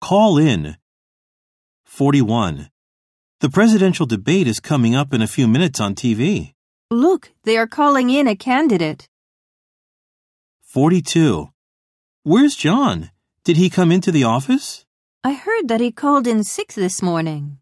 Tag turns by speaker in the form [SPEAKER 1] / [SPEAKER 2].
[SPEAKER 1] Call in. 41. The presidential debate is coming up in a few minutes on TV.
[SPEAKER 2] Look, they are calling in a candidate.
[SPEAKER 1] 42. Where's John? Did he come into the office?
[SPEAKER 2] I heard that he called in sick this morning.